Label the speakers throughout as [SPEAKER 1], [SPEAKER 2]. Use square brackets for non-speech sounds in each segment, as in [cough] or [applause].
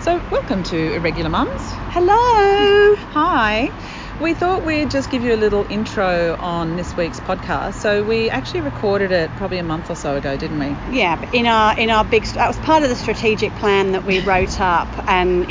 [SPEAKER 1] So, welcome to Irregular Mums.
[SPEAKER 2] Hello.
[SPEAKER 1] Hi. We thought we'd just give you a little intro on this week's podcast. So, we actually recorded it probably a month or so ago, didn't we?
[SPEAKER 2] Yeah, but in our in our big st- that was part of the strategic plan that we wrote up and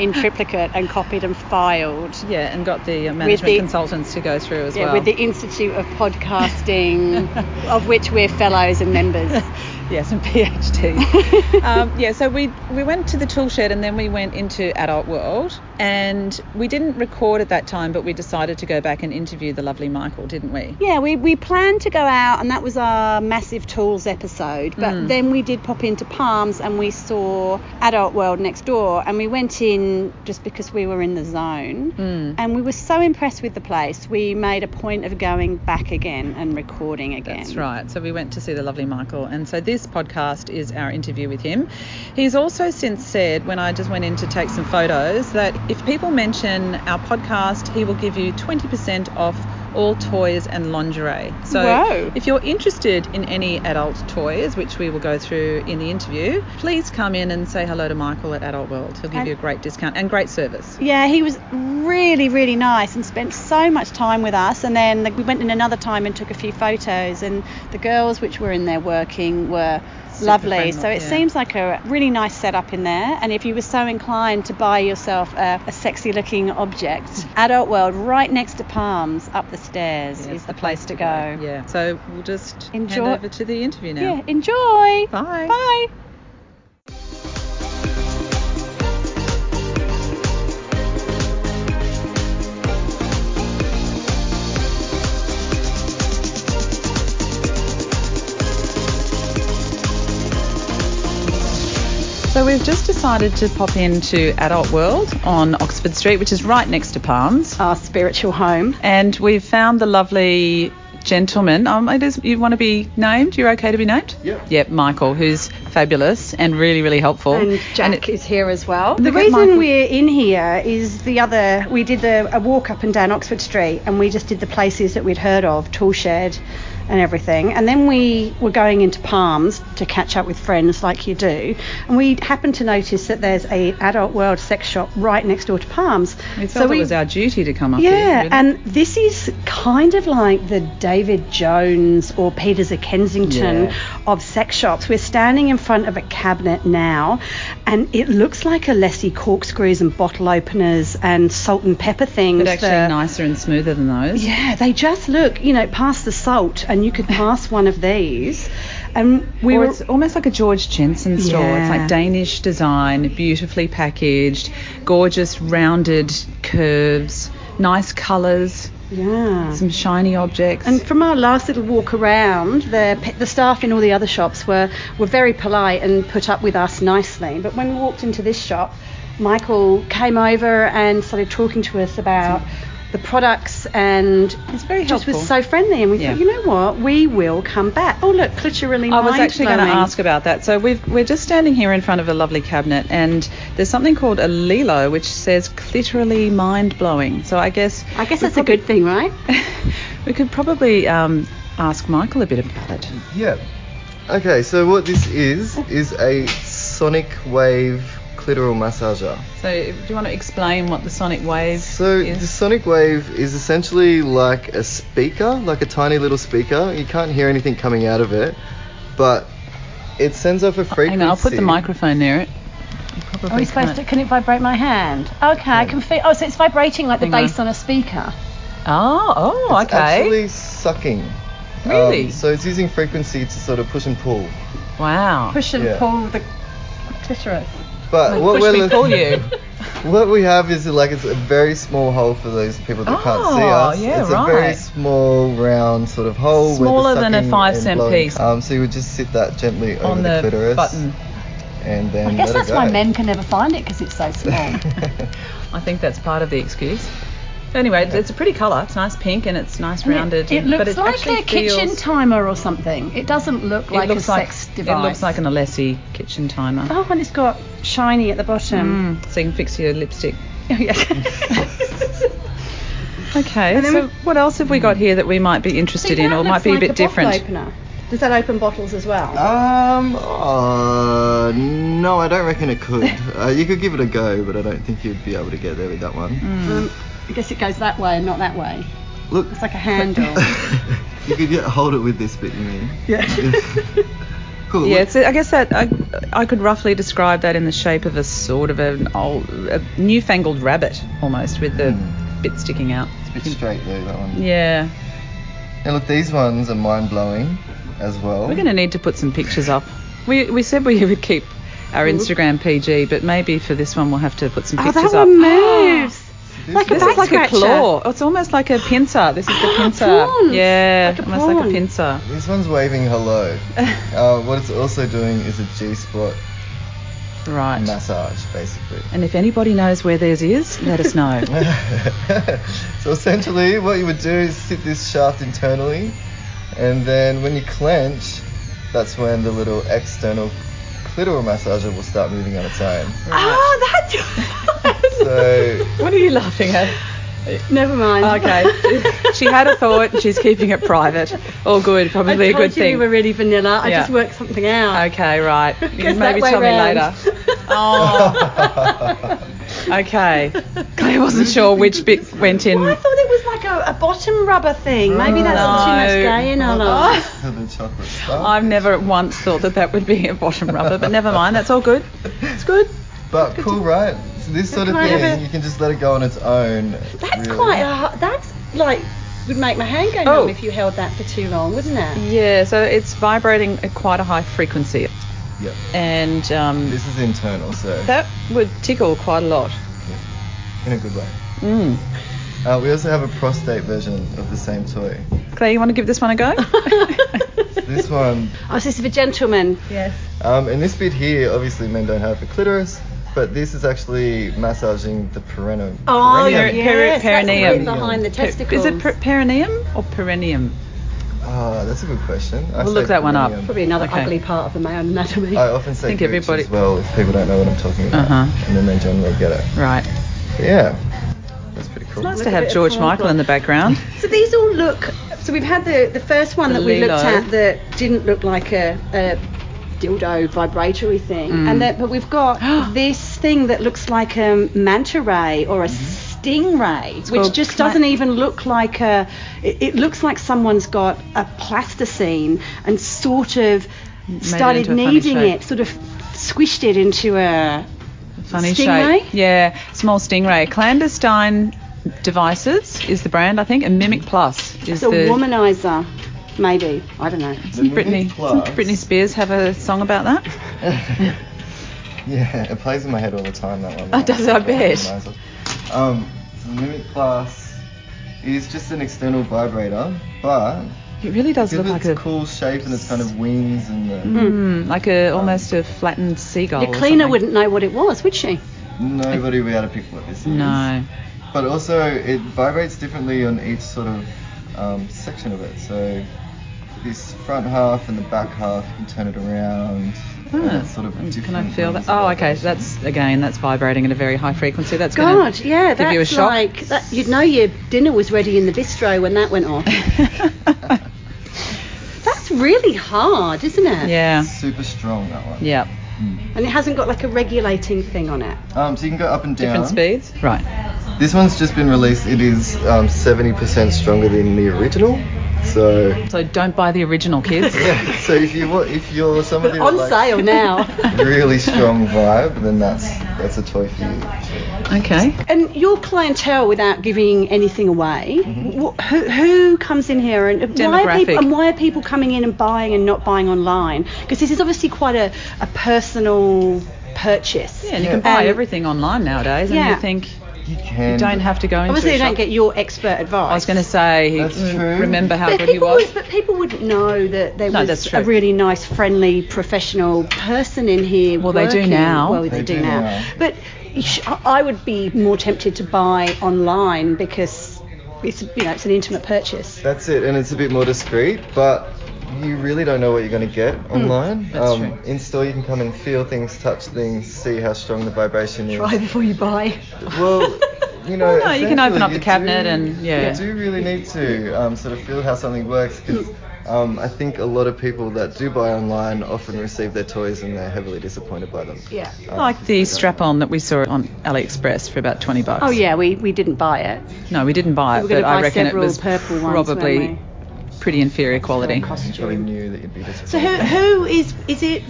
[SPEAKER 1] [laughs]
[SPEAKER 2] in triplicate and copied and filed.
[SPEAKER 1] Yeah, and got the uh, management
[SPEAKER 2] the-
[SPEAKER 1] consultants to go through as
[SPEAKER 2] Yeah,
[SPEAKER 1] well.
[SPEAKER 2] with the Institute of Podcasting, of which we're fellows and members.
[SPEAKER 1] [laughs] yes, and
[SPEAKER 2] [laughs]
[SPEAKER 1] PhD. um, yeah, so we we went to the tool shed and then we went into Adult World, and we didn't record at that time, but we decided to go back and interview the lovely Michael, didn't we?
[SPEAKER 2] Yeah, we, we planned to go out, and that was our massive tools episode. But
[SPEAKER 1] Mm.
[SPEAKER 2] then we did pop into Palms and we saw Adult World next door, and we went in just because we were in the zone.
[SPEAKER 1] Mm. Hmm.
[SPEAKER 2] And we were so impressed with the place, we made a point of going back again and recording again.
[SPEAKER 1] That's right. So we went to see the lovely Michael, and so this podcast is our interview with him. He's also since said, when I just went in to take some photos, that if people mention our podcast, he will give you 20% off all toys and lingerie. So
[SPEAKER 2] Wow.
[SPEAKER 1] if you're interested in any adult toys, which we will go through in the interview, please come in and say hello to Michael at Adult World. He'll give
[SPEAKER 2] And-
[SPEAKER 1] you a great discount and great service.
[SPEAKER 2] Yeah, he was really, really nice and spent so much time with us. And then like, we went in another time and took a few photos. And the girls, which were in there working, were lovely. so
[SPEAKER 1] friendly,
[SPEAKER 2] it
[SPEAKER 1] yeah.
[SPEAKER 2] seems like a really nice setup in there. And if you were so inclined to buy yourself a, a sexy looking [laughs] object, Adult World, right next to Palms, up the stairs,
[SPEAKER 1] Yes,
[SPEAKER 2] is the place to go.
[SPEAKER 1] Yeah. So we'll just
[SPEAKER 2] Enjoy-
[SPEAKER 1] hand over to the interview now.
[SPEAKER 2] Yeah, enjoy.
[SPEAKER 1] Bye.
[SPEAKER 2] Bye.
[SPEAKER 1] So we've just decided to pop into Adult World on Oxford Street, which is right next to Palms,
[SPEAKER 2] Our spiritual home.
[SPEAKER 1] and we've found the lovely gentleman. Um, it is you want to be named? You're okay to be named?
[SPEAKER 3] Yeah.
[SPEAKER 1] Yep, Michael, who's fabulous and really, really helpful.
[SPEAKER 2] And Jack
[SPEAKER 1] it-
[SPEAKER 2] is here as well. The
[SPEAKER 1] Look at
[SPEAKER 2] reason
[SPEAKER 1] Michael.
[SPEAKER 2] we're in here is the other. We did the, a walk up and down Oxford Street, and we just did the places that we'd heard of, Tool Shed, and everything. And then we were going into Palms to catch up with friends, like you do. And we happened to notice that there's a Adult World sex shop right next door to Palms.
[SPEAKER 1] we felt it was our duty to come up here.
[SPEAKER 2] Yeah,
[SPEAKER 1] really.
[SPEAKER 2] and this is kind of like the David Jones or Peters of Kensington
[SPEAKER 1] Yeah.
[SPEAKER 2] of sex shops. We're standing in front of a cabinet now, and it looks like a Lessie corkscrews and bottle openers and salt and pepper things.
[SPEAKER 1] but actually
[SPEAKER 2] that-
[SPEAKER 1] nicer and smoother than those.
[SPEAKER 2] Yeah, they just look, you know, past the salt, and
[SPEAKER 1] [laughs]
[SPEAKER 2] you could pass one of these. And we
[SPEAKER 1] Or
[SPEAKER 2] were.
[SPEAKER 1] it's almost like a George Jensen store. It's
[SPEAKER 2] Yeah.
[SPEAKER 1] like Danish design, beautifully packaged, gorgeous rounded curves, nice colours.
[SPEAKER 2] yeah.
[SPEAKER 1] some shiny objects.
[SPEAKER 2] And from our last little walk around, the, pe- the staff in all the other shops were, were very polite and put up with us nicely. But when we walked into this shop, Michael came over and started talking to us about the products and
[SPEAKER 1] It's very
[SPEAKER 2] just was
[SPEAKER 1] helpful.
[SPEAKER 2] so friendly. And we
[SPEAKER 1] Yeah.
[SPEAKER 2] thought, you know what, we will come back. Oh, look, Cliturally
[SPEAKER 1] I was actually going to
[SPEAKER 2] mind-blowing.
[SPEAKER 1] ask about that. So we've, we're just standing here in front of a lovely cabinet, and there's something called a Lilo, which says literally mind blowing. So I guess [laughs]
[SPEAKER 2] I guess that's a good thing, right?
[SPEAKER 1] we could probably um, ask Michael a bit about it.
[SPEAKER 3] Yeah. Okay, so what this is is a sonic wave clitoral massager.
[SPEAKER 1] So do you want to explain what the sonic wave
[SPEAKER 3] So the
[SPEAKER 1] is?
[SPEAKER 3] sonic wave is essentially like a speaker, like a tiny little speaker. You can't hear anything coming out of it, but it sends off a frequency.
[SPEAKER 1] Hang on, I'll put the microphone near it. You probably
[SPEAKER 2] Are we supposed to?
[SPEAKER 1] can't-
[SPEAKER 2] Can it vibrate my hand? Okay, I can feel. Oh, so it's vibrating like the
[SPEAKER 1] Hang on.
[SPEAKER 2] bass on a speaker.
[SPEAKER 1] Oh, oh,
[SPEAKER 3] It's
[SPEAKER 1] okay.
[SPEAKER 3] actually sucking. Um,
[SPEAKER 1] Really?
[SPEAKER 3] so it's using frequency to sort of push and pull.
[SPEAKER 1] wow.
[SPEAKER 2] Push and
[SPEAKER 3] Yeah.
[SPEAKER 2] pull the clitoris.
[SPEAKER 3] But what
[SPEAKER 1] Push
[SPEAKER 3] we're
[SPEAKER 1] me,
[SPEAKER 3] looking
[SPEAKER 1] pull
[SPEAKER 3] [laughs]
[SPEAKER 1] you.
[SPEAKER 3] What we have is like it's a very small hole for those people that can't see
[SPEAKER 1] Oh,
[SPEAKER 3] us.
[SPEAKER 1] yeah,
[SPEAKER 3] it's a very
[SPEAKER 1] right.
[SPEAKER 3] small round sort of hole. where the
[SPEAKER 1] Smaller than a
[SPEAKER 3] sucking
[SPEAKER 1] five
[SPEAKER 3] and
[SPEAKER 1] cent
[SPEAKER 3] blowing-
[SPEAKER 1] piece.
[SPEAKER 3] Um, so you would just sit that gently over
[SPEAKER 1] on
[SPEAKER 3] the,
[SPEAKER 1] the
[SPEAKER 3] clitoris
[SPEAKER 1] button.
[SPEAKER 3] and then.
[SPEAKER 2] I guess
[SPEAKER 3] let
[SPEAKER 2] that's
[SPEAKER 3] it go.
[SPEAKER 2] why
[SPEAKER 3] [laughs]
[SPEAKER 2] men can never find it because
[SPEAKER 1] [laughs]
[SPEAKER 2] it's so small.
[SPEAKER 1] I think that's part of the excuse. Anyway, it's- it's a pretty colour. It's nice pink and it's nice rounded.
[SPEAKER 2] it
[SPEAKER 1] and-
[SPEAKER 2] looks
[SPEAKER 1] but it
[SPEAKER 2] like
[SPEAKER 1] actually
[SPEAKER 2] a kitchen
[SPEAKER 1] feels-
[SPEAKER 2] timer or something. It doesn't look like
[SPEAKER 1] it looks
[SPEAKER 2] a
[SPEAKER 1] like,
[SPEAKER 2] sex
[SPEAKER 1] It
[SPEAKER 2] device.
[SPEAKER 1] looks like an Alessi kitchen timer.
[SPEAKER 2] Oh, and it's got shiny at the bottom.
[SPEAKER 1] Mm, so you can fix your lipstick.
[SPEAKER 2] [laughs]
[SPEAKER 1] [laughs]
[SPEAKER 2] Oh, yes.
[SPEAKER 1] Okay,
[SPEAKER 2] And then
[SPEAKER 1] so
[SPEAKER 2] we-
[SPEAKER 1] what else have we got here that we might be interested in or might be a bit different? Ah.
[SPEAKER 2] Does that open bottles as well?
[SPEAKER 3] Um. Uh, no, no, I don't reckon it could. uh, you could give it a go, but I don't think you'd be able to get there with that one.
[SPEAKER 1] Mm.
[SPEAKER 2] [laughs] Um, I guess it goes that way and not that way.
[SPEAKER 3] Look,
[SPEAKER 2] It's like
[SPEAKER 1] [laughs]
[SPEAKER 2] a handle.
[SPEAKER 3] [laughs] you could get, hold it with this bit, you mean? Yeah.
[SPEAKER 1] [laughs]
[SPEAKER 3] cool.
[SPEAKER 1] Yeah,
[SPEAKER 3] look,
[SPEAKER 1] it's, I guess that I, I could roughly describe that in the shape of a sort of an old, a newfangled rabbit almost with the
[SPEAKER 3] Hmm.
[SPEAKER 1] bit sticking out.
[SPEAKER 3] it's a bit straight though, that one.
[SPEAKER 1] Yeah,
[SPEAKER 3] And look, these ones are mind blowing as well.
[SPEAKER 1] we're going to need to put some pictures up. We we said we would keep our Instagram PG, but maybe for this one we'll have to put some
[SPEAKER 2] Mm-hmm. Oh,
[SPEAKER 1] pictures
[SPEAKER 2] that
[SPEAKER 1] up. [gasps] Ah.
[SPEAKER 2] one moves. like a
[SPEAKER 1] This
[SPEAKER 2] back
[SPEAKER 1] is like a
[SPEAKER 2] scratcher.
[SPEAKER 1] claw. It's almost like a pincer. This
[SPEAKER 2] [gasps]
[SPEAKER 1] is the
[SPEAKER 2] Ah,
[SPEAKER 1] pincer.
[SPEAKER 2] prawns.
[SPEAKER 1] Yeah,
[SPEAKER 2] Like a
[SPEAKER 1] almost like a
[SPEAKER 2] prawn.
[SPEAKER 1] pincer.
[SPEAKER 3] This one's waving
[SPEAKER 1] [laughs]
[SPEAKER 3] hello. uh, what it's also doing is a G spot
[SPEAKER 1] Right.
[SPEAKER 3] massage, basically.
[SPEAKER 1] And if anybody knows where theirs is, let us
[SPEAKER 3] [laughs]
[SPEAKER 1] know.
[SPEAKER 3] so essentially, what you would do is sit this shaft internally, and then when you clench, that's when the little external clitoral massager will start moving on its own.
[SPEAKER 2] [laughs] Oh, that's
[SPEAKER 3] So
[SPEAKER 1] what are you laughing at?
[SPEAKER 2] Never mind.
[SPEAKER 1] Okay.
[SPEAKER 2] [laughs]
[SPEAKER 1] she had a thought. and She's keeping it private. All good. Probably
[SPEAKER 2] I
[SPEAKER 1] a
[SPEAKER 2] told
[SPEAKER 1] good
[SPEAKER 2] you
[SPEAKER 1] thing.
[SPEAKER 2] we were really vanilla. I
[SPEAKER 1] Yeah.
[SPEAKER 2] just worked something out. [laughs]
[SPEAKER 1] Okay, right. You
[SPEAKER 2] Goes
[SPEAKER 1] can
[SPEAKER 2] that
[SPEAKER 1] maybe
[SPEAKER 2] way
[SPEAKER 1] tell
[SPEAKER 2] round.
[SPEAKER 1] me
[SPEAKER 2] [laughs]
[SPEAKER 1] later. Oh.
[SPEAKER 2] [laughs]
[SPEAKER 1] okay. I wasn't sure which bit went in.
[SPEAKER 2] Well, I thought it was like a, a bottom rubber thing. Maybe that's too much
[SPEAKER 1] No. Oh.
[SPEAKER 2] gay in our life.
[SPEAKER 3] to the chocolate
[SPEAKER 1] I've
[SPEAKER 3] starfish.
[SPEAKER 1] never once thought that that would be a bottom rubber, but never mind. That's all good. It's good.
[SPEAKER 3] [laughs] But cool, right? So this sort of
[SPEAKER 2] Kind
[SPEAKER 3] thing,
[SPEAKER 2] of a-
[SPEAKER 3] you can just let it go on its
[SPEAKER 2] [laughs]
[SPEAKER 3] own.
[SPEAKER 2] That's
[SPEAKER 3] really.
[SPEAKER 2] quite a. hard- That's like would make my hand go
[SPEAKER 1] Oh.
[SPEAKER 2] numb if you held that for too long, wouldn't [laughs] it?
[SPEAKER 1] Yeah. So it's vibrating at quite a high frequency,
[SPEAKER 3] Yep.
[SPEAKER 1] and um,
[SPEAKER 3] This is internal, so
[SPEAKER 1] that would tickle quite a lot.
[SPEAKER 3] in a good way.
[SPEAKER 1] Mm.
[SPEAKER 3] Uh, we also have a prostate version of the same toy.
[SPEAKER 1] Claire, you want to give this one
[SPEAKER 2] [laughs]
[SPEAKER 1] a go?
[SPEAKER 3] This one,
[SPEAKER 2] Oh, is this for gentlemen?
[SPEAKER 1] yes.
[SPEAKER 3] um, and this bit here, obviously men don't have a clitoris, but this is actually massaging the perineum.
[SPEAKER 2] Oh,
[SPEAKER 1] Peri-
[SPEAKER 2] yes,
[SPEAKER 1] peri-
[SPEAKER 2] that's the
[SPEAKER 1] perineum.
[SPEAKER 2] bit behind the
[SPEAKER 1] Is
[SPEAKER 2] testicles.
[SPEAKER 1] it per- perineum or perineum?
[SPEAKER 3] Ah, that's a good question. I
[SPEAKER 1] We'll
[SPEAKER 3] say
[SPEAKER 1] look that one up.
[SPEAKER 3] perineum.
[SPEAKER 2] probably another
[SPEAKER 1] Okay.
[SPEAKER 2] ugly part of the male anatomy?
[SPEAKER 3] I often say
[SPEAKER 1] Think
[SPEAKER 3] gooch
[SPEAKER 1] everybody-
[SPEAKER 3] as well if people don't know what I'm talking about,
[SPEAKER 1] Uh-huh.
[SPEAKER 3] and then they generally get it.
[SPEAKER 1] Right.
[SPEAKER 3] But yeah, that's pretty cool.
[SPEAKER 1] Nice
[SPEAKER 2] Look
[SPEAKER 1] to
[SPEAKER 2] a bit
[SPEAKER 1] have
[SPEAKER 2] of
[SPEAKER 1] George
[SPEAKER 2] porn
[SPEAKER 1] Michael
[SPEAKER 2] plot.
[SPEAKER 1] in the
[SPEAKER 2] [laughs]
[SPEAKER 1] background.
[SPEAKER 2] So these all look. So we've had the the first one
[SPEAKER 1] The
[SPEAKER 2] that we
[SPEAKER 1] Lilo.
[SPEAKER 2] looked at that didn't look like a. a dildo vibratory thing
[SPEAKER 1] Mm.
[SPEAKER 2] and that but
[SPEAKER 1] [gasps]
[SPEAKER 2] we've got this thing that looks like a manta ray or a stingray which
[SPEAKER 1] Mm-hmm. called
[SPEAKER 2] just
[SPEAKER 1] cla-
[SPEAKER 2] doesn't even look like a it, it looks like someone's got a plasticine and sort of started
[SPEAKER 1] into a funny
[SPEAKER 2] kneading
[SPEAKER 1] shape.
[SPEAKER 2] it sort of squished it into a
[SPEAKER 1] Funny
[SPEAKER 2] Stingray?
[SPEAKER 1] shape. Yeah, small stingray. Clandestine Devices is the brand, I think, and Mimic Plus is
[SPEAKER 2] it's a
[SPEAKER 1] the.
[SPEAKER 2] womanizer maybe i don't know
[SPEAKER 1] Doesn't
[SPEAKER 3] The Mimic
[SPEAKER 1] Britney, doesn't
[SPEAKER 3] Plus.
[SPEAKER 1] Britney Spears have a song about that?
[SPEAKER 3] [laughs] Yeah, it plays in my head all the time. That one.
[SPEAKER 1] Oh, does it? I bet.
[SPEAKER 3] Um, so the Mimic Plus is just an external vibrator, but
[SPEAKER 1] It really does look
[SPEAKER 3] because of
[SPEAKER 1] like
[SPEAKER 3] its
[SPEAKER 1] a,
[SPEAKER 3] cool shape and its kind of wings and the,
[SPEAKER 1] mm, like a almost a flattened seagull.
[SPEAKER 2] Your
[SPEAKER 1] or
[SPEAKER 2] cleaner
[SPEAKER 1] something.
[SPEAKER 2] wouldn't know what it was, would she?
[SPEAKER 1] Mm-hmm.
[SPEAKER 3] nobody would be able to pick what this is.
[SPEAKER 1] No.
[SPEAKER 3] But also, it vibrates differently on each sort of um, section of it. So this front half and the back half, you can turn it around. and
[SPEAKER 1] Ah,
[SPEAKER 3] it's sort of
[SPEAKER 1] Can I
[SPEAKER 3] different
[SPEAKER 1] feel that?
[SPEAKER 3] levels of
[SPEAKER 1] Oh, okay.
[SPEAKER 3] vibration.
[SPEAKER 1] So that's again, that's vibrating at a very high frequency. That's gonna
[SPEAKER 2] God, yeah,
[SPEAKER 1] give
[SPEAKER 2] that's
[SPEAKER 1] you a shock.
[SPEAKER 2] like that, you'd know your dinner was ready in the bistro when that
[SPEAKER 1] [laughs]
[SPEAKER 2] went off. that's really hard, isn't it?
[SPEAKER 1] yeah,
[SPEAKER 3] super strong that one. Hmm.
[SPEAKER 1] yeah.
[SPEAKER 2] And it hasn't got like a regulating thing on it.
[SPEAKER 3] Um, so you can go up and down.
[SPEAKER 1] Different speeds. Right.
[SPEAKER 3] This one's just been released. It is um, 70% stronger than the original. So,
[SPEAKER 1] So don't buy the original,
[SPEAKER 2] [laughs]
[SPEAKER 1] kids.
[SPEAKER 3] yeah. So if you want, if you're somebody
[SPEAKER 2] On
[SPEAKER 3] that likes
[SPEAKER 2] sale now.
[SPEAKER 3] really strong vibe, then that's that's a toy for you.
[SPEAKER 1] okay.
[SPEAKER 2] and your clientele, without giving anything away, wh- who, who comes in here and why are
[SPEAKER 1] Mm-hmm. Demographic.
[SPEAKER 2] people and why are people coming in and buying and not buying online? Because this is obviously quite a, a personal purchase.
[SPEAKER 1] Yeah, and you can buy
[SPEAKER 2] And
[SPEAKER 1] everything online nowadays, and
[SPEAKER 2] Yeah.
[SPEAKER 1] you think
[SPEAKER 3] You can.
[SPEAKER 1] you don't have to go into.
[SPEAKER 2] Obviously,
[SPEAKER 1] a
[SPEAKER 2] you don't
[SPEAKER 1] shop.
[SPEAKER 2] get your expert advice.
[SPEAKER 1] I was going to say,
[SPEAKER 3] That's
[SPEAKER 1] mm,
[SPEAKER 3] true.
[SPEAKER 1] remember how
[SPEAKER 2] but
[SPEAKER 1] good
[SPEAKER 3] [laughs]
[SPEAKER 1] he
[SPEAKER 2] people
[SPEAKER 1] was.
[SPEAKER 2] Would, but people wouldn't know that there
[SPEAKER 1] No, that's
[SPEAKER 2] was
[SPEAKER 1] true.
[SPEAKER 2] a really nice, friendly, professional person in here.
[SPEAKER 1] Well, they do
[SPEAKER 2] working.
[SPEAKER 1] now.
[SPEAKER 2] Well, they,
[SPEAKER 3] They
[SPEAKER 2] do,
[SPEAKER 3] do
[SPEAKER 2] now.
[SPEAKER 3] now.
[SPEAKER 2] But you sh- I I would be more tempted to buy online because it's you know it's an intimate purchase.
[SPEAKER 3] That's it, and it's a bit more discreet, but you really don't know what you're going to get online.
[SPEAKER 1] Hmm.
[SPEAKER 3] Um,
[SPEAKER 1] that's true.
[SPEAKER 3] In store, you can come and feel things, touch things, see how strong the vibration is.
[SPEAKER 2] Buy before you buy.
[SPEAKER 3] Well, you know,
[SPEAKER 1] [laughs] Well, no, you can
[SPEAKER 3] essentially
[SPEAKER 1] open up the
[SPEAKER 3] you
[SPEAKER 1] cabinet
[SPEAKER 3] do-
[SPEAKER 1] and- yeah.
[SPEAKER 3] you do really need to um, sort of feel how something works because Um, I think a lot of people that do buy online often receive their toys and they're heavily disappointed by them.
[SPEAKER 2] Yeah.
[SPEAKER 3] Um,
[SPEAKER 1] Like the strap on that we saw on AliExpress for about 20 bucks.
[SPEAKER 2] Oh yeah, we, we didn't buy it.
[SPEAKER 1] No, we didn't buy it,
[SPEAKER 2] We were
[SPEAKER 1] but
[SPEAKER 2] gonna
[SPEAKER 1] I
[SPEAKER 2] buy
[SPEAKER 1] reckon it
[SPEAKER 2] several
[SPEAKER 1] was
[SPEAKER 2] purple ones,
[SPEAKER 1] probably
[SPEAKER 2] weren't
[SPEAKER 1] pretty inferior
[SPEAKER 2] we?
[SPEAKER 1] quality.
[SPEAKER 3] Probably
[SPEAKER 2] Costume.
[SPEAKER 3] knew that you'd be disappointed.
[SPEAKER 2] So who who is is it